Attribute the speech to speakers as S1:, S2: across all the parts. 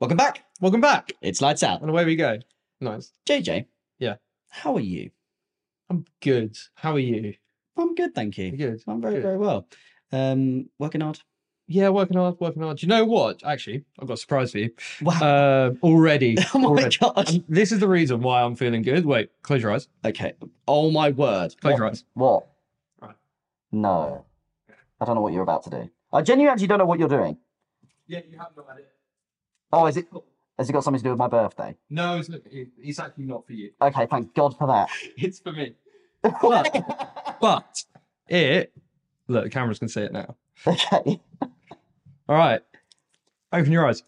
S1: Welcome back.
S2: Welcome back.
S1: It's lights out.
S2: And away we go. Nice.
S1: JJ.
S2: Yeah.
S1: How are you?
S2: I'm good. How are you?
S1: I'm good, thank
S2: You
S1: you.
S2: good?
S1: I'm very,
S2: Good.
S1: very well. Um, working hard.
S2: Yeah, working hard, working hard. Do you know what? Actually, I've got a surprise for you.
S1: Wow.
S2: Uh, already.
S1: oh my
S2: already.
S1: gosh.
S2: And this is the reason why I'm feeling good. Wait, close your eyes.
S1: Okay. Oh my word.
S2: Close
S1: What-
S2: your eyes.
S1: What?
S2: Right.
S1: No. I don't know what you're about to do. I genuinely actually don't know what you're doing.
S2: Yeah, you have not had it.
S1: Oh, is it? Has it got something to do with my birthday?
S2: No, it's, not, it's actually not for you.
S1: Okay, thank God for that.
S2: It's for me. But it. Look, the cameras can see it now.
S1: okay.
S2: All right. Open your eyes.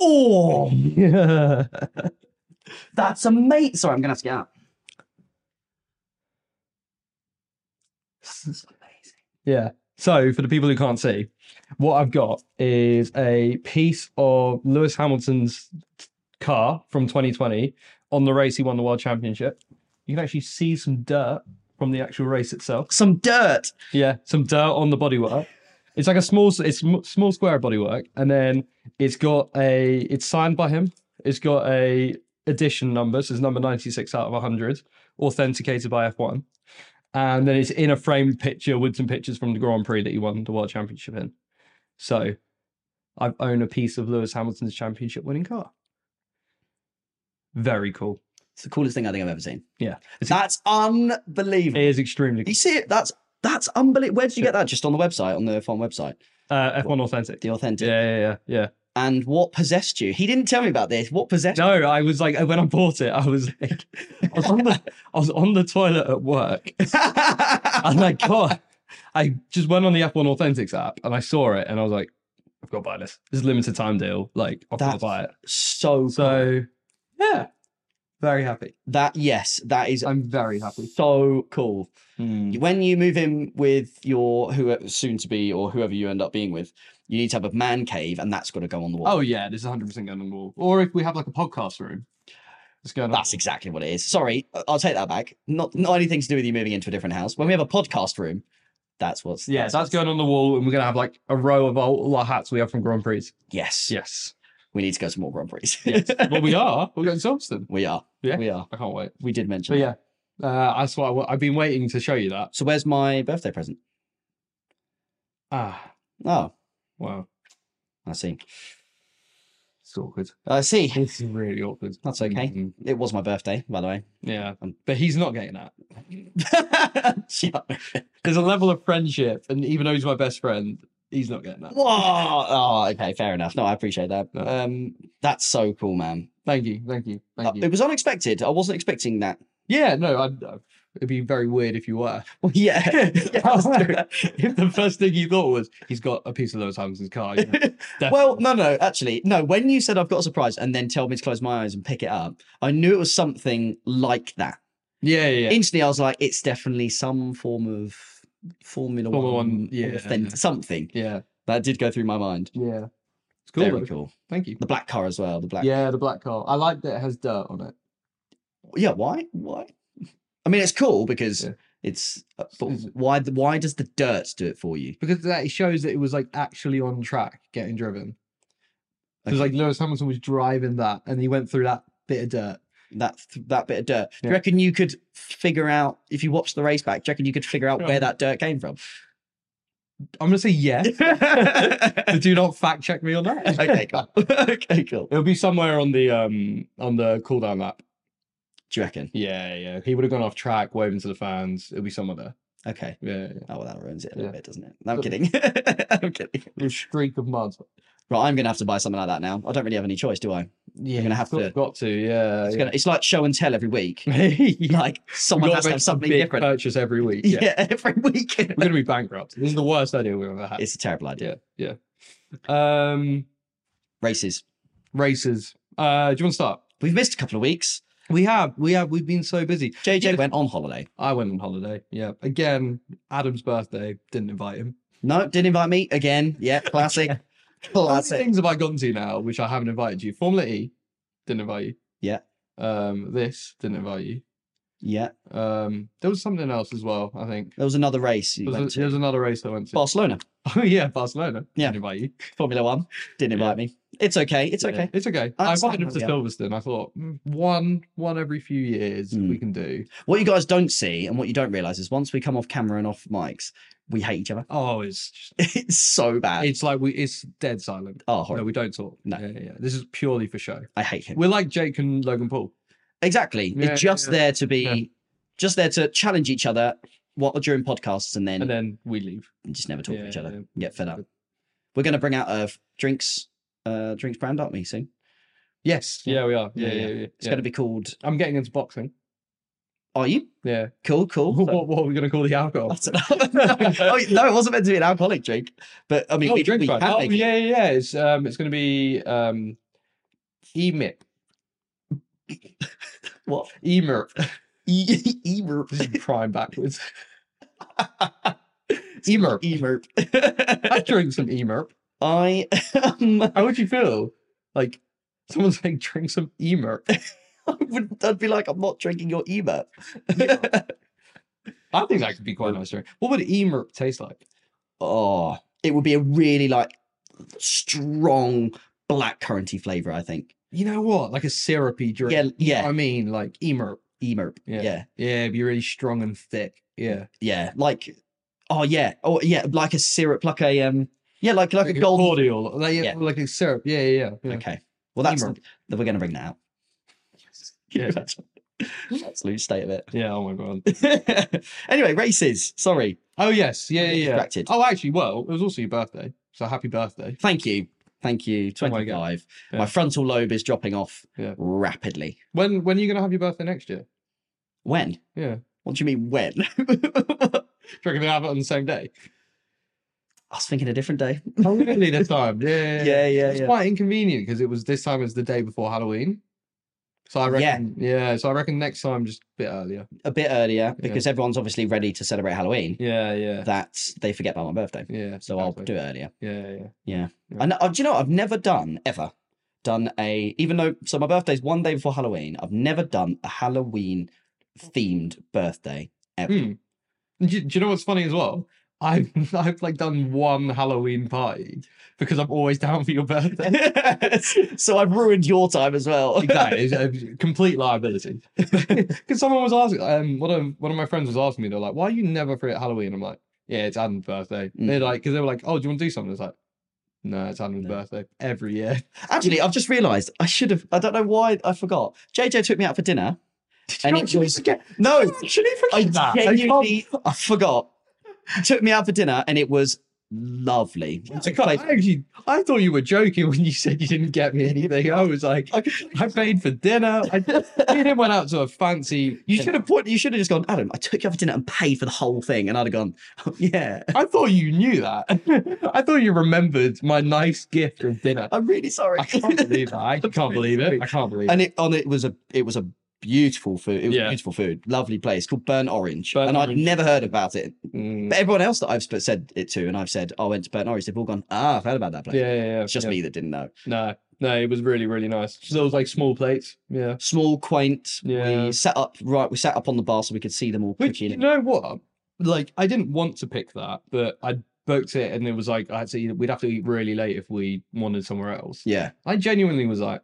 S1: Oh,
S2: Yeah.
S1: that's a mate. Sorry, I'm gonna have to get out. That's amazing.
S2: Yeah. So, for the people who can't see, what I've got is a piece of Lewis Hamilton's car from 2020 on the race he won the World Championship. You can actually see some dirt from the actual race itself.
S1: Some dirt.
S2: Yeah, some dirt on the bodywork. It's like a small, it's sm- small square of bodywork, and then it's got a, it's signed by him. It's got a edition number, so it's number ninety six out of hundred, authenticated by F one, and then it's in a framed picture with some pictures from the Grand Prix that he won the World Championship in. So, I own a piece of Lewis Hamilton's championship winning car. Very cool.
S1: It's the coolest thing I think I've ever seen.
S2: Yeah.
S1: That's
S2: It
S1: unbelievable.
S2: is extremely
S1: You
S2: cool.
S1: see it? That's that's unbelievable. Where did you get that? Just on the website, on the F1 website,
S2: uh, F one authentic.
S1: the authentic.
S2: Yeah, yeah, yeah, yeah.
S1: And what possessed you? He didn't tell me about this. What possessed?
S2: No, I was like when I bought it, I was like, I was on the, I was on the toilet at work, and I got, I just went on the F1 Authentics app, and I saw it, and I was like, I've got to buy this. This is a limited time deal. Like, I've got to
S1: That's
S2: buy it.
S1: so cool.
S2: So, yeah, very happy.
S1: that yes, that is
S2: I'm very happy.
S1: so cool. When you move in with your who soon to be or whoever you end up being with, you need to have a man cave, and that's got to go on the wall.
S2: Oh yeah, this is 100 percent going on the wall. Or if we have like a podcast room, it's going on.
S1: That's exactly what it is. Sorry, I- I'll take that back. Not not anything to do with you moving into a different house. When we have a podcast room, that's what's
S2: yeah, that's going on the wall, and we're gonna have like a row of all, all our hats we have from Grand Prix.
S1: yes.
S2: Yes,
S1: We need to go to more Grand Prix.
S2: yes. well, we are. We're going to Silverstone.
S1: we are.
S2: Yeah.
S1: We are.
S2: I can't wait.
S1: We did mention.
S2: But
S1: that.
S2: yeah, uh, that's why I, have been waiting to show you that.
S1: So where's my birthday present?
S2: Ah,
S1: Oh,
S2: wow,
S1: I see.
S2: it's awkward.
S1: I see.
S2: It's really awkward.
S1: That's okay.
S2: Mhm.
S1: It was my birthday, by the way.
S2: Yeah,
S1: Um,
S2: but he's not getting that.
S1: Yeah.
S2: There's a level of friendship, and even though he's my best friend, he's not getting that.
S1: Whoa! Oh, okay, fair enough. No, I appreciate that.
S2: No.
S1: Um, that's so cool, man.
S2: Thank you, thank you, thank
S1: Uh,
S2: you.
S1: It was unexpected. I wasn't expecting that.
S2: Yeah, no, I'd, uh, it'd be very weird if you were.
S1: Well, yeah.
S2: if the first thing you thought was he's got a piece of Lewis Hamilton's car. You know,
S1: well,
S2: definitely.
S1: no, no, actually, no. When you said I've got a surprise and then tell me to close my eyes and pick it up, I knew it was something like that.
S2: yeah, yeah, yeah.
S1: Instantly, I was like, it's definitely some form of Formula,
S2: Formula
S1: One,
S2: One, yeah.
S1: authentic- something.
S2: yeah,
S1: That did go through my mind.
S2: yeah. It's
S1: Cool,
S2: cool.
S1: Very
S2: though.
S1: cool.
S2: Thank you.
S1: The black car as well. The black.
S2: Yeah, the black car. I like that it has dirt on it.
S1: Yeah. Why? Why? I mean, it's cool because
S2: Yeah.
S1: it's. uh, But
S2: Is it-
S1: why? the- Why does the dirt do it for you?
S2: because that shows that it was like actually on track getting driven. Because
S1: Okay.
S2: like Lewis Hamilton was driving that, and he went through that bit of dirt.
S1: that that bit of dirt. Do you
S2: Yeah.
S1: reckon you could figure out if you watched the race back? Do you reckon you could figure out where
S2: Yeah.
S1: that dirt came from?
S2: I'm gonna say yes.
S1: okay,
S2: but do not fact check me on that.
S1: cool. okay, cool.
S2: It'll be somewhere on the um on the cooldown map.
S1: Do you reckon?
S2: Yeah, yeah. He would have gone off track, waving to the fans. It'll be somewhere there.
S1: Okay.
S2: Yeah, yeah.
S1: Oh well, that ruins it a little
S2: Yeah.
S1: bit, doesn't it? No, I'm
S2: But-
S1: kidding. I'm kidding.
S2: Little streak of mud.
S1: Right, I'm gonna have to buy something like that now. I don't really have any choice, do I?
S2: Yeah,
S1: gonna have
S2: got,
S1: to-
S2: Got to. Yeah.
S1: It's,
S2: Uh, yeah.
S1: gonna, it's like show and tell every week.
S2: We've
S1: Like someone
S2: gotta
S1: has to
S2: make
S1: have
S2: a
S1: something
S2: big
S1: different.
S2: Purchase every week.
S1: Yeah.
S2: Yeah.
S1: every week.
S2: We're gonna be bankrupt. This is the worst idea we've ever had.
S1: it's a terrible idea.
S2: yeah, yeah. Um,
S1: Races.
S2: races. Uh, do you want to start?
S1: We've missed a couple of weeks.
S2: We have, we have, we've been so busy.
S1: JJ
S2: Yeah.
S1: went on holiday.
S2: I went on holiday. Yeah, again, Adam's birthday didn't invite him.
S1: No, didn't invite me again. Yeah, classic.
S2: How many
S1: classic.
S2: things have I gone to now which I haven't invited you? Formula E didn't invite you.
S1: Yeah.
S2: Um, this didn't invite you.
S1: Yeah.
S2: Um, there was something else as well. I think
S1: There was another race you
S2: there was,
S1: went
S2: a- there
S1: to.
S2: was another race I went to.
S1: Barcelona.
S2: Oh yeah, Barcelona.
S1: Yeah.
S2: Didn't invite you.
S1: Formula One didn't invite me. It's okay. It's
S2: Yeah,
S1: okay.
S2: It's okay.
S1: I
S2: I
S1: understand
S2: invited him to
S1: that, yeah.
S2: Silverstone. I thought mm, one, one every few years
S1: Mm.
S2: we can do.
S1: What you guys don't see and what you don't realize is once we come off camera and off mics, we hate each other.
S2: Oh, it's just,
S1: It's so bad.
S2: it's like we it's dead silent.
S1: oh,
S2: No,
S1: horrible.
S2: we don't talk.
S1: No.
S2: Yeah, yeah, yeah. This is purely for show.
S1: I hate him.
S2: We're like Jake and Logan Paul.
S1: Exactly.
S2: Yeah,
S1: it's just
S2: yeah,
S1: there to be,
S2: yeah.
S1: just there to challenge each other what during podcasts and then,
S2: And then we leave.
S1: and just never talk to
S2: Yeah,
S1: each other.
S2: yeah.
S1: Get fed up. We're going to bring out a f- drinks, uh, drinks brand, aren't we, soon? Yes.
S2: Yeah, we are.
S1: Yeah,
S2: Yeah, yeah,
S1: yeah.
S2: yeah.
S1: It's
S2: yeah.
S1: going to be called.
S2: I'm getting into boxing.
S1: Are you
S2: Yeah.
S1: cool? Cool.
S2: what, what are we going to call the alcohol?
S1: That's enough. oh, no, it wasn't meant to be an alcoholic drink, but I mean,
S2: Oh,
S1: we,
S2: drink
S1: we
S2: brand.
S1: can
S2: Oh,
S1: make it.
S2: yeah, yeah, yeah. It's um, it's going to be um, emip,
S1: What?
S2: emir.
S1: E- Emer.
S2: This is prime backwards. Emer.
S1: Emer.
S2: I drink some emerp.
S1: I um,
S2: How would you feel? Like someone's like drink some emer.
S1: I wouldn't. I'd be like, I'm not drinking your Emer.
S2: I think that could be quite a nice drink. What would emer taste like?
S1: Oh, it would be a really like strong black curranty flavor. I think.
S2: You know what? Like a syrupy drink.
S1: Yeah,
S2: You know
S1: yeah.
S2: what I mean, like emer.
S1: Emer.
S2: Yeah.
S1: yeah,
S2: Yeah, it'd be really strong and thick. Yeah.
S1: yeah. Like, oh yeah, oh yeah, like a syrup, like a um, yeah, like like, a gold.
S2: cordial. Like,
S1: Yeah.
S2: yeah. like a syrup. Yeah, yeah, yeah. yeah.
S1: Okay. Well, that's
S2: Emer.
S1: that we're going to bring that out.
S2: Yeah.
S1: That's absolute state of
S2: Yeah, oh my god.
S1: it. anyway, races. Sorry,
S2: Oh yes, yeah,
S1: I'm a
S2: yeah.
S1: bit
S2: yeah.
S1: distracted.
S2: Oh actually, well, it was also your birthday. So happy birthday.
S1: thank you, thank you.
S2: Oh my
S1: Twenty
S2: God.
S1: five.
S2: Yeah.
S1: My frontal lobe is dropping off
S2: Yeah.
S1: rapidly.
S2: When when are you gonna have your birthday next year?
S1: When?
S2: Yeah.
S1: What do you mean when?
S2: Do you reckon they have it on the same day?
S1: I was thinking a different day.
S2: Oh, really? This time? Yeah, yeah,
S1: Yeah, yeah,
S2: It's
S1: yeah.
S2: quite inconvenient because it was this time is the day before Halloween. So I
S1: Yeah.
S2: reckon, yeah. So I reckon next time just a bit earlier.
S1: a bit earlier because everyone's obviously ready to celebrate Halloween.
S2: Yeah, yeah,
S1: That they forget about my birthday,
S2: yeah.
S1: so I'll do it earlier.
S2: Yeah, yeah. Yeah.
S1: And uh, do you know what? I've never done ever done a even though so my birthday's one day before Halloween. I've never done a Halloween themed birthday ever.
S2: Hmm. Do, you- do you know what's funny as well? I've I've like done one Halloween party because I'm always down for your birthday.
S1: Hmm. so I've ruined your time as well.
S2: exactly. It's a complete liability. Because someone was asking, um, one of one of my friends was asking me, they're like, "Why are you never free at Halloween?" I'm like, "Yeah, it's Adam's birthday."
S1: Mm.
S2: They're like, because they were like, "Oh, do you want to do something?" It's like, "No, it's Adam's
S1: No.
S2: birthday every year."
S1: Actually, I've just realised I should have. I don't know why I forgot. JJ took me out for dinner.
S2: you
S1: and it
S2: actually
S1: was no.
S2: Actually,
S1: I
S2: forget that. I can't-
S1: genuinely I forgot. He took me out for dinner and it was lovely. We
S2: I,
S1: took a
S2: can't-
S1: place-
S2: I actually, I thought you were joking when you said you didn't get me anything. I was like,
S1: I could-
S2: I paid for dinner. I, me and him went out to a fancy.
S1: you should have put, you should have just gone, Adam, I took you out for dinner and paid for the whole thing. And I'd have gone, "Oh, yeah,
S2: I thought you knew that. I thought you remembered my nice gift of dinner.
S1: I'm really sorry.
S2: I can't believe that. I can't believe it. I can't believe it.
S1: and it on it was a it was a beautiful food. It was
S2: Yeah.
S1: beautiful food. Lovely place called Burnt Orange.
S2: Burnt
S1: and I'd
S2: Orange.
S1: never heard about it.
S2: Mm.
S1: But everyone else that I've sp- said it to and I've said, "Oh, I went to Burnt Orange, they've all gone, ah, I've heard about that place.
S2: Yeah, yeah, yeah.
S1: It's just
S2: yeah.
S1: me that didn't know.
S2: No, no, it was really, really nice. So those like small plates. Yeah.
S1: Small, quaint.
S2: Yeah.
S1: We sat up right. We sat up on the bar so we could see them all.
S2: Which
S1: cooking.
S2: you know what? Like I didn't want to pick that, but I booked it, and it was like I had to. Eat, we'd have to eat really late if we wanted somewhere else.
S1: Yeah.
S2: I genuinely was like,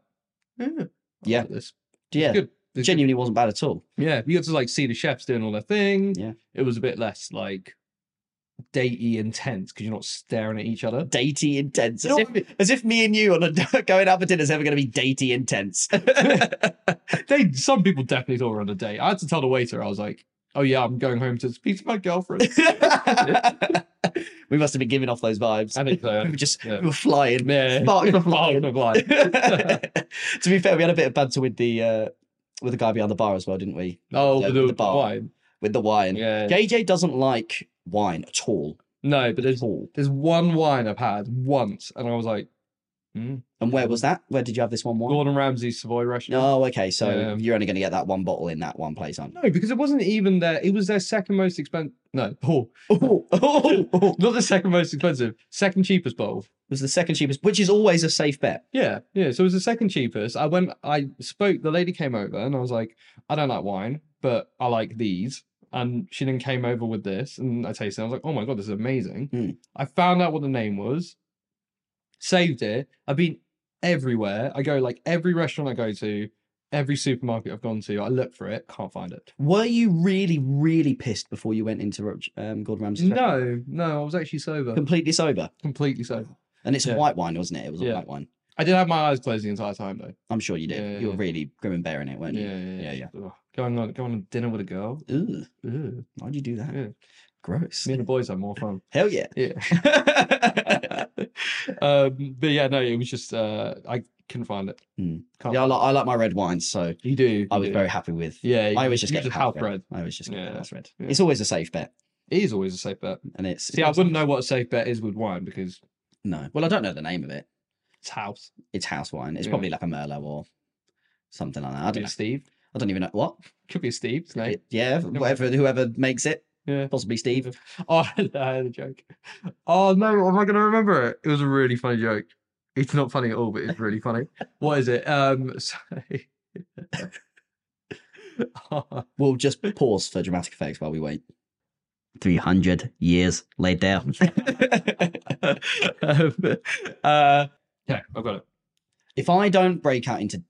S2: yeah, I
S1: Yeah.
S2: like this
S1: Yeah.
S2: good. It's good.
S1: Genuinely wasn't bad at all.
S2: Yeah, you got to like see the chefs doing all their thing.
S1: Yeah.
S2: it was a bit less like datey intense because you're not staring at each other.
S1: Datey intense.
S2: You
S1: As
S2: know
S1: if,
S2: what I mean?
S1: as if me and you on a going out for dinner is ever going to be datey intense.
S2: they some people definitely thought we were on a date. I had to tell the waiter, I was like, Oh yeah, I'm going home to speak to my girlfriend.
S1: we must have been giving off those vibes.
S2: I think so.
S1: we were just
S2: yeah.
S1: we were flying.
S2: yeah.
S1: Sparks were
S2: Sparks
S1: flying.
S2: were flying.
S1: to be fair, we had a bit of banter with the uh, with the guy behind the bar as well, didn't we?
S2: Oh,
S1: Yeah,
S2: the,
S1: the bar.
S2: wine.
S1: With the wine.
S2: Yeah.
S1: JJ doesn't like wine at all.
S2: No, but
S1: At
S2: there's
S1: all.
S2: there's one wine I've had once, and I was like, "Hmm,
S1: And where was that? Where did you have this one wine?
S2: Gordon Ramsay's Savoy restaurant.
S1: Oh, okay. So
S2: Yeah.
S1: you're only going to get that one bottle in that one place, aren't you?
S2: No, because it wasn't even their. It was their second most expensive. No, oh,
S1: Oh, oh, oh.
S2: not the second most expensive. Second cheapest bottle.
S1: was the second cheapest, which is always a safe bet.
S2: Yeah, yeah. So it was the second cheapest. I went, I spoke, the lady came over and I was like, I don't like wine, but I like these. And she then came over with this, and I tasted it. I was like, oh my God, this is amazing.
S1: Mm.
S2: I found out what the name was, saved it. I've been everywhere. I go like every restaurant I go to, every supermarket I've gone to, I look for it, can't find it.
S1: Were you really, really pissed before you went into Ro- um, Gordon Ramsay's? restaurant?
S2: No, no, I was actually sober.
S1: completely sober.
S2: completely sober.
S1: And it's a
S2: Yeah.
S1: white wine, wasn't it? It was a
S2: Yeah.
S1: white wine.
S2: I did have my eyes closed the entire time though.
S1: I'm sure you did.
S2: Yeah,
S1: you were
S2: yeah.
S1: really grim and bearing it, weren't you? Yeah,
S2: Yeah, yeah, Ugh. Going on, going on dinner with a girl.
S1: Ooh,
S2: Ugh.
S1: why'd you do that?
S2: Yeah.
S1: Gross.
S2: Me and the boys have more fun.
S1: Hell yeah.
S2: Yeah. um, but yeah, no, it was just uh, I couldn't find it.
S1: Mm.
S2: Can't
S1: Yeah, I
S2: find
S1: like, I like my red wines, so
S2: it. you do.
S1: I
S2: you
S1: was
S2: do.
S1: very happy with.
S2: yeah.
S1: I
S2: you-
S1: always just
S2: you
S1: get the
S2: half
S1: house red. I always just get
S2: Yeah.
S1: the house red.
S2: Yeah.
S1: It's always a safe bet,
S2: It is always a safe bet.
S1: and it's
S2: See, I wouldn't know what a safe bet is with wine because
S1: no. Well, I don't know the name of it.
S2: it's house.
S1: It's house wine. It's
S2: Yeah.
S1: probably like a merlot or something like that. I don't.
S2: Could be a
S1: Know.
S2: Steve.
S1: I don't even know what.
S2: Could be a Steve's name.
S1: It- yeah, whatever. Whoever makes it,
S2: Yeah.
S1: possibly Steve.
S2: Oh, I had a joke. Oh no, am I going to remember it? It was a really funny joke. It's not funny at all, but it's really funny. what is it? Um, so...
S1: We'll just pause for dramatic effects while we wait. Three hundred years later.
S2: Um, uh, yeah, I've got it.
S1: if I don't break out into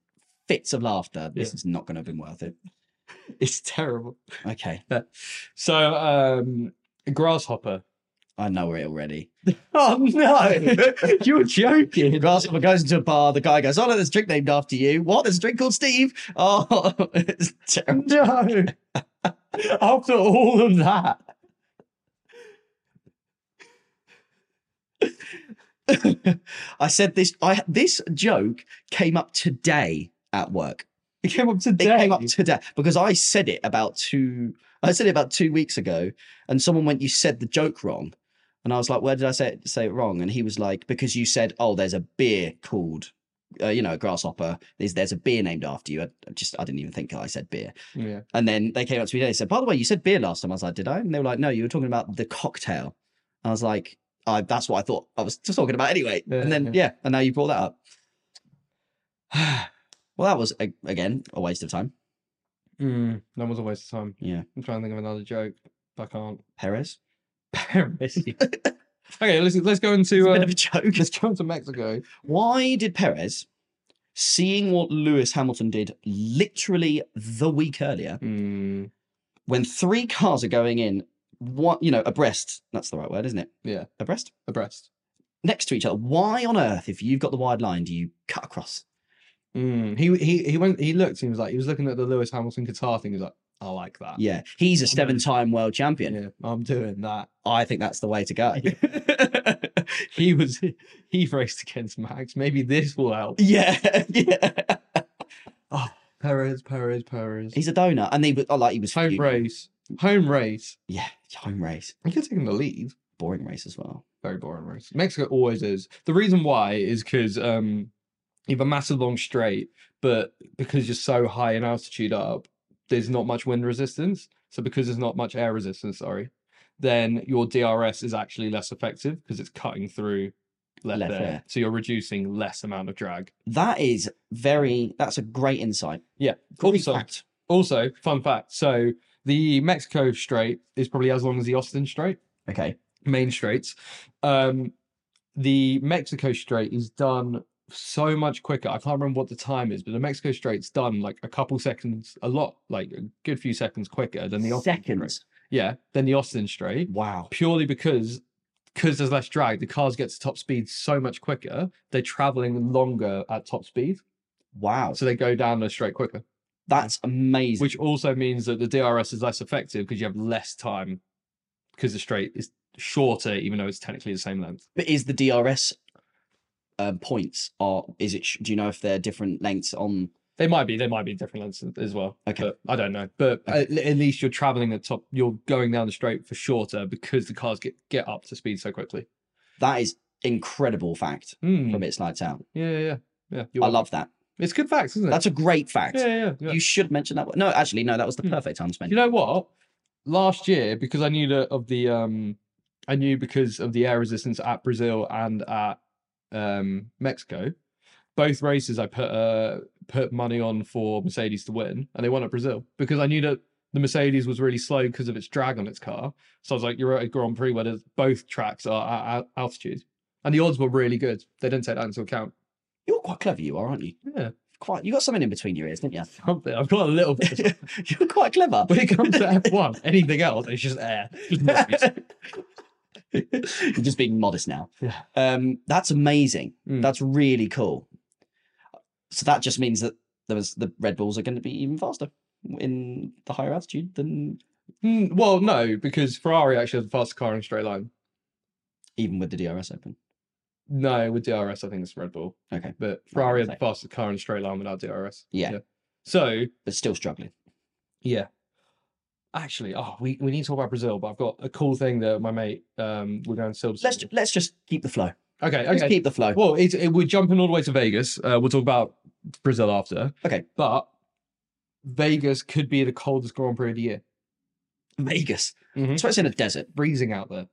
S1: fits of laughter, this
S2: Yeah.
S1: is not going to have been worth it.
S2: It's terrible.
S1: Okay,
S2: So, um, grasshopper.
S1: I know it already.
S2: Oh no, you're joking.
S1: Grasshopper goes into a bar. The guy goes, "Oh, no, there's a drink named after you. What? There's a drink called Steve. Oh, it's terrible.
S2: No. After all of that.
S1: I said this. I this joke came up today at work.
S2: It came up today.
S1: It came up today because I said it about two. I said it about two weeks ago, and someone went, "You said the joke wrong," and I was like, "Where did I say it, say it wrong?" And he was like, "Because you said, oh, there's a beer called." Uh, you know, grasshopper. There's there's a beer named after you. I I just I didn't even think I said beer.
S2: yeah.
S1: And then they came up to me today and said, By the way, you said beer last time. I was like, Did I? And they were like, No, you were talking about the cocktail. And I was like, I, That's what I thought I was just talking about anyway.
S2: Yeah,
S1: and then, yeah.
S2: yeah.
S1: and now you brought that up. well, that was, a- again, a waste of time.
S2: Mm, that was a waste of time.
S1: Yeah.
S2: I'm trying to think of another joke, but I can't.
S1: Perez.
S2: Paris. okay, let's let's go
S1: It's
S2: into
S1: a
S2: uh,
S1: bit of a joke.
S2: let's go into Mexico.
S1: Why did Perez, seeing what Lewis Hamilton did literally the week earlier,
S2: Mm,
S1: when three cars are going in, one, you know, abreast, that's the right word, isn't it?
S2: Yeah.
S1: Abreast?
S2: abreast.
S1: next to each other. Why on earth, if you've got the wide line, do you cut across?
S2: Mm, he he he went. He looked. He was like he was looking at the Lewis Hamilton guitar thing. He was like, I like that.
S1: Yeah, he's a
S2: I'm
S1: seven-time world champion.
S2: Yeah, I'm doing that.
S1: I think that's the way to go.
S2: he was he raced against Max. Maybe this will help.
S1: yeah, yeah.
S2: Perez, Perez, Perez.
S1: He's a donor, and he was oh, like he was
S2: home
S1: fuming.
S2: race. Home race.
S1: Yeah, home race,
S2: He could have taken the lead.
S1: boring race as well.
S2: very boring race. Mexico always is. The reason why is because um, you have a massive long straight, but because you're so high in altitude up, there's not much wind resistance. So because there's not much air resistance, sorry, then your DRS is actually less effective because it's cutting through left,
S1: Left
S2: air.
S1: air.
S2: So you're reducing less amount of drag.
S1: That is very. That's a great insight.
S2: Yeah.
S1: Cool
S2: Also-
S1: fact.
S2: Also, fun fact. So the Mexico straight is probably as long as the Austin straight.
S1: Okay.
S2: main straights. Um, the Mexico Strait is done so much quicker. I can't remember what the time is, but the Mexico Strait's done like a couple seconds, a lot, like a good few seconds quicker than the Austin Strait.
S1: Seconds.
S2: Yeah, than the Austin Strait,
S1: Wow.
S2: purely because because there's less drag, the cars get to top speed so much quicker. They're traveling longer at top speed,
S1: Wow.
S2: so they go down the straight quicker,
S1: That's amazing.
S2: which also means that the DRS is less effective because you have less time because the straight is shorter, even though it's technically the same length.
S1: But is the DRS um, points are? Is it? sh- Do you know if they're different lengths on?
S2: They might be. They might be different lenses as well.
S1: Okay.
S2: But I don't know. But
S1: Okay.
S2: at, at least you're traveling at top. You're going down the straight for shorter because the cars get, get up to speed so quickly.
S1: That is incredible fact
S2: Hmm.
S1: from its lights out.
S2: Yeah, yeah, yeah. yeah. You're
S1: I
S2: welcome.
S1: love that.
S2: It's good facts, isn't it?
S1: That's a great fact.
S2: yeah, yeah. yeah.
S1: You should mention that. one. No, actually, no. That was the
S2: Hmm.
S1: perfect time spent.
S2: You know what? Last year, because I knew the, of the um, I knew because of the air resistance at Brazil and at um Mexico, both races I put uh put money on for Mercedes to win, and they won at Brazil because I knew that the Mercedes was really slow because of its drag on its car. So I was like, you're at a Grand Prix where there's, both tracks are at al- altitude. And the odds were really good. They didn't take that into account.
S1: You're quite clever, you are, aren't you?
S2: Yeah,
S1: Quite. You got something in between your ears, didn't you?
S2: something. I've got a little bit. of-
S1: You're quite clever.
S2: When it comes to F1, anything else, it's just air.
S1: You're just being modest now.
S2: Yeah.
S1: Um, that's amazing.
S2: Mm.
S1: That's really cool. So that just means that there was the Red Bulls are going to be even faster in the higher altitude than
S2: Mm, well, no, because Ferrari actually has the fastest car in a straight line.
S1: even with the DRS open.
S2: No, with DRS, I think it's Red Bull.
S1: Okay.
S2: But Ferrari had the
S1: okay.
S2: fastest car in a straight line without DRS.
S1: Yeah.
S2: So,
S1: But still struggling.
S2: yeah. Actually, oh, we, we need to talk about Brazil, but I've got a cool thing that my mate, um, we're going to Silverstone.
S1: Let's ju- let's just keep the flow.
S2: okay,
S1: Let's
S2: okay.
S1: keep the flow.
S2: Well, it, it, we're jumping all the way to Vegas. Uh, we'll talk about Brazil after.
S1: Okay.
S2: But Vegas could be the coldest Grand Prix of the year.
S1: Vegas.
S2: Mhm.
S1: So it's in a desert,
S2: Freezing out there.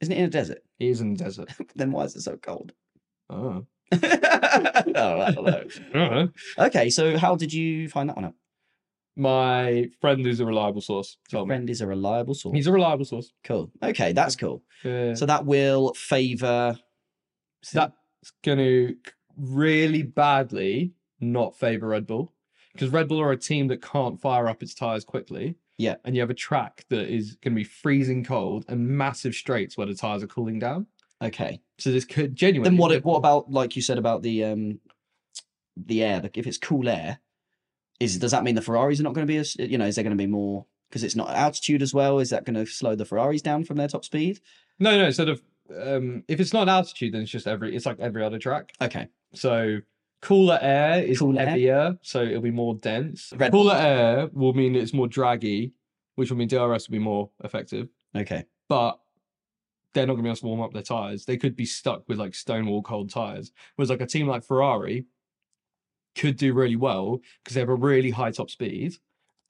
S1: isn't it? In a desert.
S2: It is in the desert.
S1: then why is it so cold?
S2: Oh.
S1: oh, I don't know.
S2: Uh-huh.
S1: Okay, so how did you find that one out?
S2: My friend who's a reliable source told me.
S1: Friend is a reliable source.
S2: He's a reliable source.
S1: Cool. Okay, that's cool.
S2: Yeah.
S1: So that will favour
S2: That- it's going to really badly not favor Red Bull because Red Bull are a team that can't fire up its tires quickly.
S1: Yeah.
S2: And you have a track that is going to be freezing cold and massive straights where the tires are cooling down.
S1: Okay.
S2: So this could genuinely.
S1: Then what? What about like you said about the um, the air? Like if it's cool air, is does that mean the Ferraris are not going to be as you know? Is there going to be more because it's not altitude as well? Is that going to slow the Ferraris down from their top speed?
S2: No, no. Sort of. Um, if it's not altitude, then it's just every. It's like every other track.
S1: Okay.
S2: So cooler air is
S1: Cooler air.
S2: heavier, so it'll be more dense.
S1: Red-
S2: cooler air will mean it's more draggy, which will mean DRS will be more effective.
S1: Okay.
S2: but they're not going to be able to warm up their tires. They could be stuck with like stonewall cold tires. Whereas like a team like Ferrari could do really well because they have a really high top speed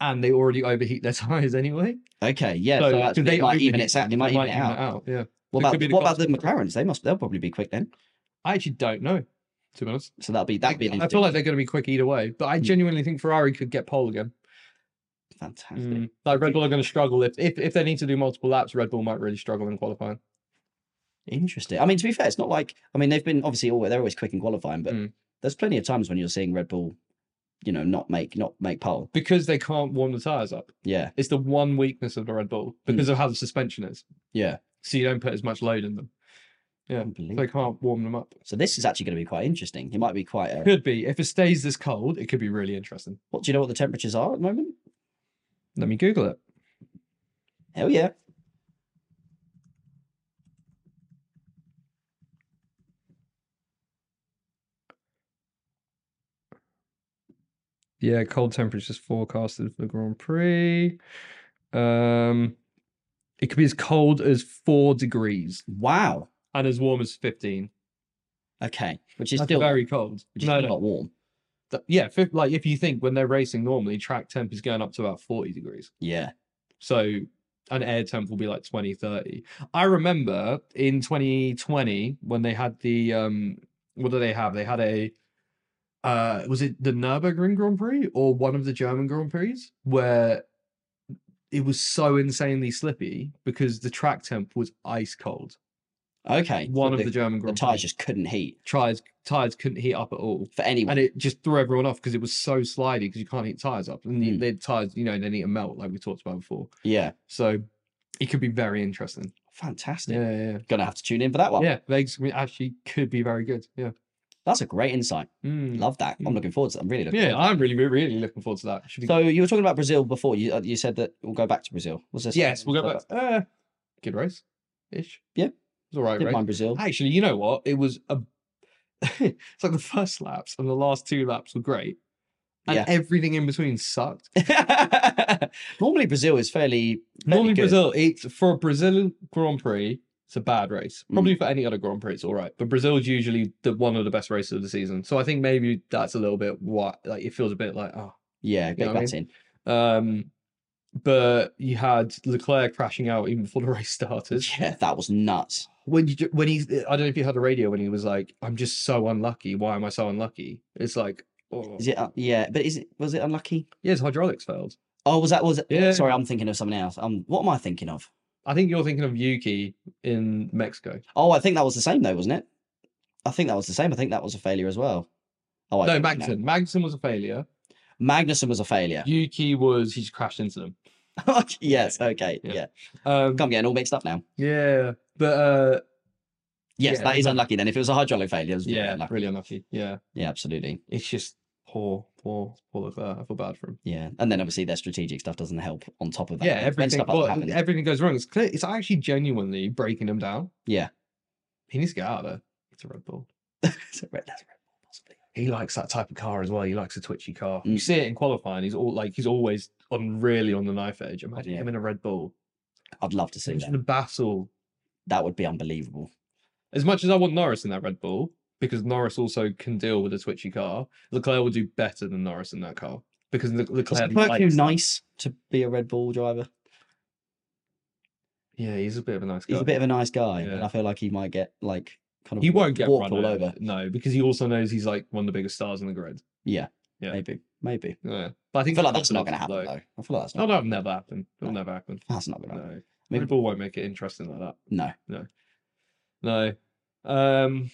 S2: and they already overheat their tires anyway.
S1: Okay. Yeah. So, that's,
S2: could
S1: it might even
S2: overheat-
S1: it out. They might even it out.
S2: Yeah,
S1: What
S2: It could
S1: about
S2: be the
S1: what about the
S2: cost.
S1: McLarens? They must. They'll probably be quick then.
S2: I actually don't know. To be honest,
S1: So that'll be that'll be. An
S2: I feel like they're going to be quick either way. But I
S1: Hmm.
S2: genuinely think Ferrari could get pole again.
S1: interesting- fantastic.
S2: Mm. Like Red Bull are going to struggle if, if if they need to do multiple laps. Red Bull might really struggle in qualifying.
S1: Interesting. I mean, to be fair, it's not like I mean they've been obviously always, they're always quick in qualifying, but
S2: Mm.
S1: there's plenty of times when you're seeing Red Bull, you know, not make not make pole.
S2: because they can't warm the tires up.
S1: Yeah,
S2: It's the one weakness of the Red Bull because of how the suspension is.
S1: yeah.
S2: So you don't put as much load in them. Yeah,
S1: Unbelievable.
S2: They can't warm them up.
S1: So this is actually going to be quite interesting. It might be quite. A,
S2: Could be if it stays this cold, it could be really interesting.
S1: what do you know? What the temperatures are at the moment?
S2: Let me Google it.
S1: Hell yeah.
S2: Yeah, cold temperatures forecasted for the Grand Prix. Um, it could be as cold as four degrees
S1: Wow.
S2: and as warm as fifteen.
S1: Okay, which is
S2: That's
S1: still
S2: very cold.
S1: which is
S2: no,
S1: still
S2: no,
S1: not warm.
S2: Th- yeah. fif- like if you think when they're racing normally, track temp is going up to about forty degrees.
S1: Yeah.
S2: So an air temp will be like 20, 30. I remember in 2020 when they had the um what do they have? They had a uh was it the Nürburgring Grand Prix or one of the German Grand Prix where it was so insanely slippy because the track temp was ice cold.
S1: Okay. so
S2: One of
S1: the,
S2: the German
S1: the
S2: Grand
S1: tires
S2: Prix
S1: just couldn't heat
S2: tires tires couldn't heat up at all.
S1: for anyone.
S2: And it just threw everyone off because it was so slidey because you can't heat tires up. And the
S1: Mm.
S2: the tires, you know, they need to melt like we talked about before.
S1: yeah.
S2: So it could be very interesting.
S1: Fantastic.
S2: Yeah, yeah,
S1: Gonna have to tune in for that
S2: yeah.
S1: one.
S2: yeah Vegas I mean, actually could be very good. Yeah,
S1: That's a great insight.
S2: Mm.
S1: Love that. I'm
S2: Mm.
S1: looking forward to. That. I'm really looking.
S2: yeah. I'm really, really, really looking forward to that. Should be...
S1: So you were talking about Brazil before. You uh, you said that we'll go back to Brazil. Was this?
S2: yes, we'll go back. Uh, good race, ish.
S1: Yeah.
S2: it's all right.
S1: Didn't
S2: Race.
S1: mind Brazil.
S2: Actually, you know what? It was a. it's like the first laps and the last two laps were great, and
S1: Yeah.
S2: everything in between sucked.
S1: Normally Brazil is fairly
S2: Normally,
S1: good.
S2: Brazil, it's for a Brazilian Grand Prix, it's a bad race. Probably for any other Grand Prix, it's all right. But Brazil is usually the one of the best races of the season. So I think maybe that's a little bit what, like, it feels a bit like, oh.
S1: yeah,
S2: know
S1: big
S2: what I mean?
S1: that in.
S2: Um, but you had Leclerc crashing out even before the race started.
S1: Yeah, that was nuts.
S2: When you ju- when he's, I don't know if you heard the radio when he was like, "I'm just so unlucky. Why am I so unlucky?" It's like, oh,
S1: Is it? uh, yeah, but is it? Was it unlucky?
S2: yeah, his hydraulics failed.
S1: Oh, was that was? it-
S2: Yeah.
S1: Sorry, I'm thinking of something else. Um, what am I thinking of?
S2: I think you're thinking of Yuki in Mexico.
S1: Oh, I think that was the same though, wasn't it? I think that was the same. I think that was a failure as well. Oh, I
S2: no,
S1: don't know.
S2: Magnussen. Magnussen was a failure.
S1: Magnussen was a failure.
S2: Yuki was he just crashed into them.
S1: yes. Okay.
S2: Yeah.
S1: Yeah.
S2: Um,
S1: I'm getting all mixed up now.
S2: yeah, but uh,
S1: Yes,
S2: Yeah,
S1: that is
S2: exactly.
S1: unlucky. Then if it was a hydraulic failure, it was
S2: yeah,
S1: yeah, unlucky.
S2: really unlucky. Yeah,
S1: yeah, absolutely.
S2: it's just poor, poor, poor Leclerc. I feel bad for him.
S1: Yeah, and then obviously their strategic stuff doesn't help on top of that.
S2: yeah,
S1: When
S2: everything. e-
S1: stuff like that
S2: well,
S1: happens.
S2: everything goes wrong. It's clear. It's actually genuinely breaking him down.
S1: Yeah.
S2: he needs to get out of there. It's a Red Bull.
S1: That's a red- that's a red ball, possibly.
S2: He likes that type of car as well. He likes a twitchy car. You
S1: Mm.
S2: see it in qualifying. He's all like he's always on really on the knife edge. Imagine
S1: Yeah.
S2: him in a Red Bull.
S1: I'd love to see
S2: Imagine the
S1: that.
S2: battle
S1: That would be unbelievable.
S2: As much as I want Norris in that Red Bull, because Norris also can deal with a twitchy car, Leclerc will do better than Norris in that car. Because Le-
S1: Was
S2: Leclerc
S1: Leclerc too
S2: likes-
S1: nice to be a Red Bull driver?
S2: Yeah, he's a bit of a nice guy.
S1: He's a bit of a nice guy, and
S2: Yeah.
S1: I feel like he might get like kind of
S2: he
S1: wa-
S2: won't get
S1: walked
S2: run
S1: all over.
S2: No, because he also knows he's like one of the biggest stars on the grid.
S1: Yeah,
S2: Yeah.
S1: maybe, maybe.
S2: Yeah. But I
S1: I
S2: think
S1: feel like that's not going to happen
S2: though.
S1: though. I feel like that's
S2: Oh
S1: not.
S2: no, it'll never happen. It'll
S1: No.
S2: never happen.
S1: That's not going to happen.
S2: No.
S1: mean-
S2: Red Bull won't make it interesting like that.
S1: No.
S2: No. Um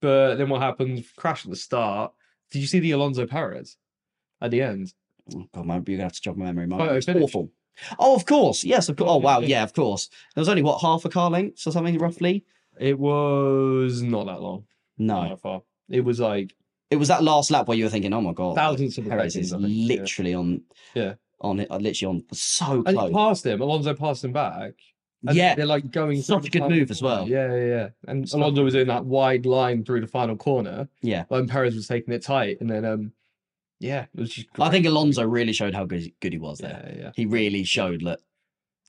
S2: but then what happened? Crash at the start. Did you see the Alonso Perez at the end?
S1: Oh, God, man, you're gonna have to jog my memory. Mark.
S2: Photo
S1: It was
S2: finish.
S1: awful. Oh, of course. Yes, of course. Oh,
S2: Photo
S1: wow.
S2: finish.
S1: Yeah, of course. There was only what half a car length or something roughly.
S2: It was not that long.
S1: No,
S2: Not that far. It was like
S1: it was that last lap where you were thinking, "Oh my god,
S2: thousands of
S1: Perez
S2: seconds,
S1: is
S2: I think, yeah.
S1: literally on,
S2: Yeah.
S1: on it, uh, literally on so
S2: And he
S1: close."
S2: passed him. Alonso passed him back. And
S1: Yeah,
S2: they're like going
S1: Such
S2: through
S1: a good
S2: the final
S1: move as
S2: corner.
S1: well.
S2: Yeah, yeah, yeah. And
S1: It's not-
S2: Alonso was in that wide line through the final corner.
S1: Yeah.
S2: And Perez was taking it tight, and then um, yeah, it was just.
S1: I think Alonso really showed how good, good he was
S2: great.
S1: there.
S2: Yeah, yeah,
S1: He really showed that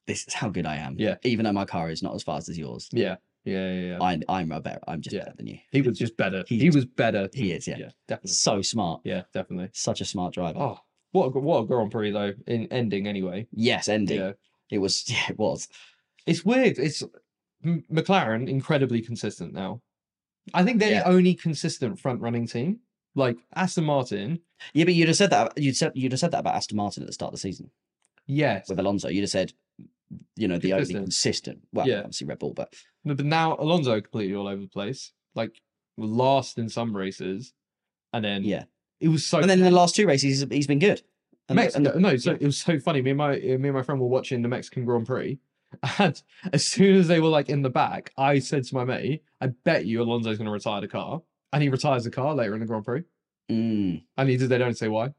S1: this is how good I am.
S2: Yeah.
S1: even though my car is not as fast as yours,
S2: yeah, yeah, yeah. yeah.
S1: I, I'm a better. I'm just
S2: Yeah.
S1: better than you.
S2: He was just better.
S1: He
S2: He,
S1: is-
S2: was better.
S1: He is, yeah.
S2: definitely.
S1: So smart.
S2: Yeah, definitely.
S1: Such a smart driver.
S2: Oh, what a, what a Grand Prix though in ending anyway.
S1: Yes, ending.
S2: Yeah,
S1: It was. Yeah, it was.
S2: it's weird. It's M- McLaren incredibly consistent now. I think they're
S1: Yeah.
S2: the only consistent front running team. Like Aston Martin,
S1: Yeah, but you'd have said that. You'd said you'd have said that about Aston Martin at the start of the season
S2: yes,
S1: with Alonso. You'd have said, you know, the only
S2: Consistent.
S1: consistent. Well,
S2: Yeah.
S1: obviously Red Bull, but
S2: No, but now Alonso completely all over the place. Like last in some races, and then
S1: yeah.
S2: it was so.
S1: And then in the last two races, he's, he's been good. And, the- and
S2: Mexico, no, so it was so funny. Me and my me and my friend were watching the Mexican Grand Prix, and as soon as they were like in the back, I said to my mate, "I bet you Alonso's going to retire the car," and he retires the car later in the Grand Prix,
S1: the- Mm,
S2: and he did. They don't say why.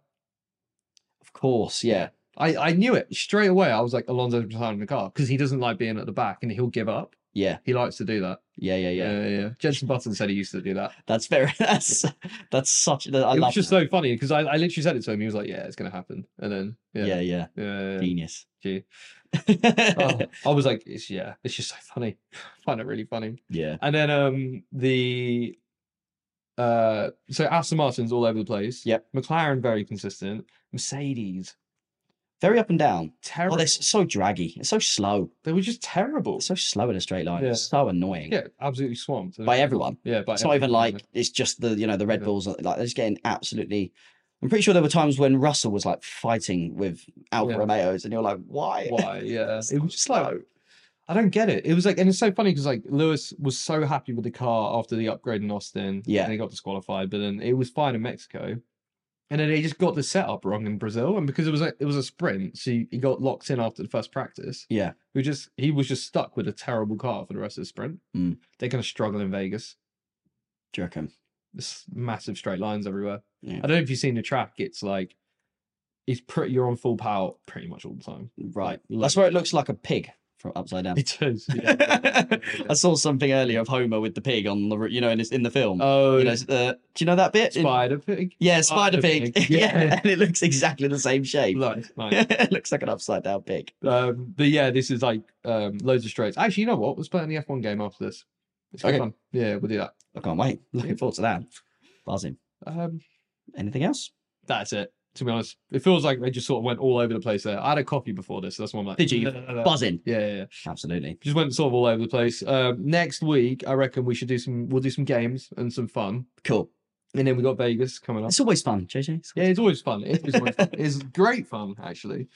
S1: of course, yeah.
S2: I I knew it straight away. I was like, Alonso's retiring the car because he doesn't like being at the back and he'll give up.
S1: Yeah,
S2: He likes to do that.
S1: yeah, yeah, yeah.
S2: yeah. yeah. Jensen Button said he used to do that.
S1: That's very. That's that's such. that- I
S2: it
S1: love.
S2: was just
S1: that.
S2: so funny because I, I literally said it to him. He was like, "Yeah, it's gonna happen," and then yeah,
S1: yeah,
S2: yeah,
S1: yeah,
S2: yeah, yeah,
S1: Genius.
S2: gee. Oh, I was like, "It's yeah, it's just so funny." I find it really funny.
S1: yeah,
S2: And then um the uh so Aston Martin's all over the place.
S1: Yep.
S2: McLaren very consistent. Mercedes
S1: very up and down. Oh,
S2: terrible.
S1: they're s- so draggy. It's so slow.
S2: they were just terrible.
S1: It's so slow in a straight line.
S2: Yeah.
S1: It's so annoying
S2: Yeah, absolutely swamped
S1: by everyone.
S2: Yeah, but
S1: It's not even like it's just the you know the Red
S2: Yeah.
S1: Bulls are- like they're just getting absolutely. I'm pretty sure there were times when Russell was like fighting with Alfa
S2: Yeah.
S1: Romeos, and you're like, why?
S2: why? Yeah,
S1: It's
S2: it was just
S1: slow.
S2: like I don't get it. It was like, and it's so funny because like Lewis was so happy with the car after the upgrade in Austin.
S1: Yeah.
S2: and he got disqualified, but then it was fine in Mexico. And then he just got the setup wrong in Brazil, and because it was a, it was a sprint, so he he got locked in after the first practice.
S1: Yeah.
S2: who just he was just stuck with a terrible car for the rest of the sprint.
S1: Mm.
S2: They're going to struggle in Vegas.
S1: Do you reckon?
S2: There's massive straight lines everywhere.
S1: Yeah.
S2: I don't know if you've seen the track. It's like it's pretty. You're on full power pretty much all the time.
S1: Right.
S2: like-
S1: That's where it looks like a pig from upside down.
S2: It does. yeah.
S1: I saw something earlier of Homer with the pig on the r- you know in his, in the film.
S2: Oh,
S1: You know, s- uh, do you know that bit? In-
S2: Spider Pig.
S1: yeah,
S2: Spider
S1: spider pig.
S2: pig.
S1: yeah.
S2: Yeah.
S1: and it looks exactly the same shape.
S2: Nice, nice.
S1: it looks like an upside down pig.
S2: um, but yeah, this is like um, loads of straights. Actually, you know what? Let's play the F1 game after this. It's good
S1: Okay.
S2: fun. Yeah, we'll do that.
S1: I can't wait. Looking
S2: Yeah.
S1: forward to that. Buzzing.
S2: Um,
S1: Anything else?
S2: that's it. To be honest, it feels like they just sort of went all over the place there. I had a coffee before this, so that's why I'm like,
S1: Did you?
S2: "No, no, no, no."
S1: Buzzing.
S2: Yeah, yeah, yeah.
S1: Absolutely.
S2: Just went sort of all over the place. Um, next week, I reckon we should do some. We'll do some games and some fun.
S1: Cool.
S2: And then we got Vegas coming up.
S1: It's always fun, JJ. It's
S2: Yeah, it's always fun. It is always fun. It's great fun, actually.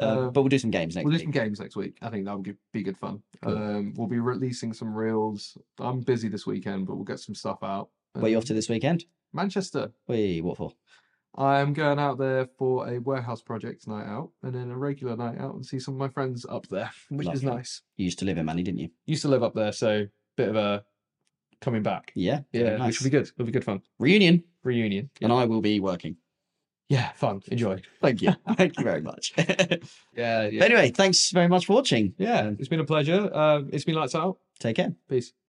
S1: always- uh,
S2: Uh,
S1: but we'll do some games next
S2: we'll do
S1: week.
S2: some games next week. I think that would be good fun.
S1: Cool.
S2: Um, we'll be releasing some reels. I'm busy this weekend, but we'll get some stuff out.
S1: Where you off
S2: Um,
S1: to this weekend?
S2: Manchester.
S1: Wait, what for?
S2: I'm going out there for a warehouse project night out and then a regular night out and see some of my friends up there, which is
S1: Lovely.
S2: nice.
S1: You used to live in Manny, didn't you?
S2: Used to live up there, so bit of a coming back.
S1: Yeah.
S2: Yeah,
S1: nice.
S2: which will be good. It'll be good fun.
S1: Reunion.
S2: Reunion. Yeah,
S1: And I will be working.
S2: yeah fun. Enjoy.
S1: Thank you. Thank you very much.
S2: Yeah, yeah.
S1: Anyway, thanks very much for watching.
S2: Yeah, Uh, it's been a pleasure. Um, it's been lights out.
S1: Take care.
S2: Peace.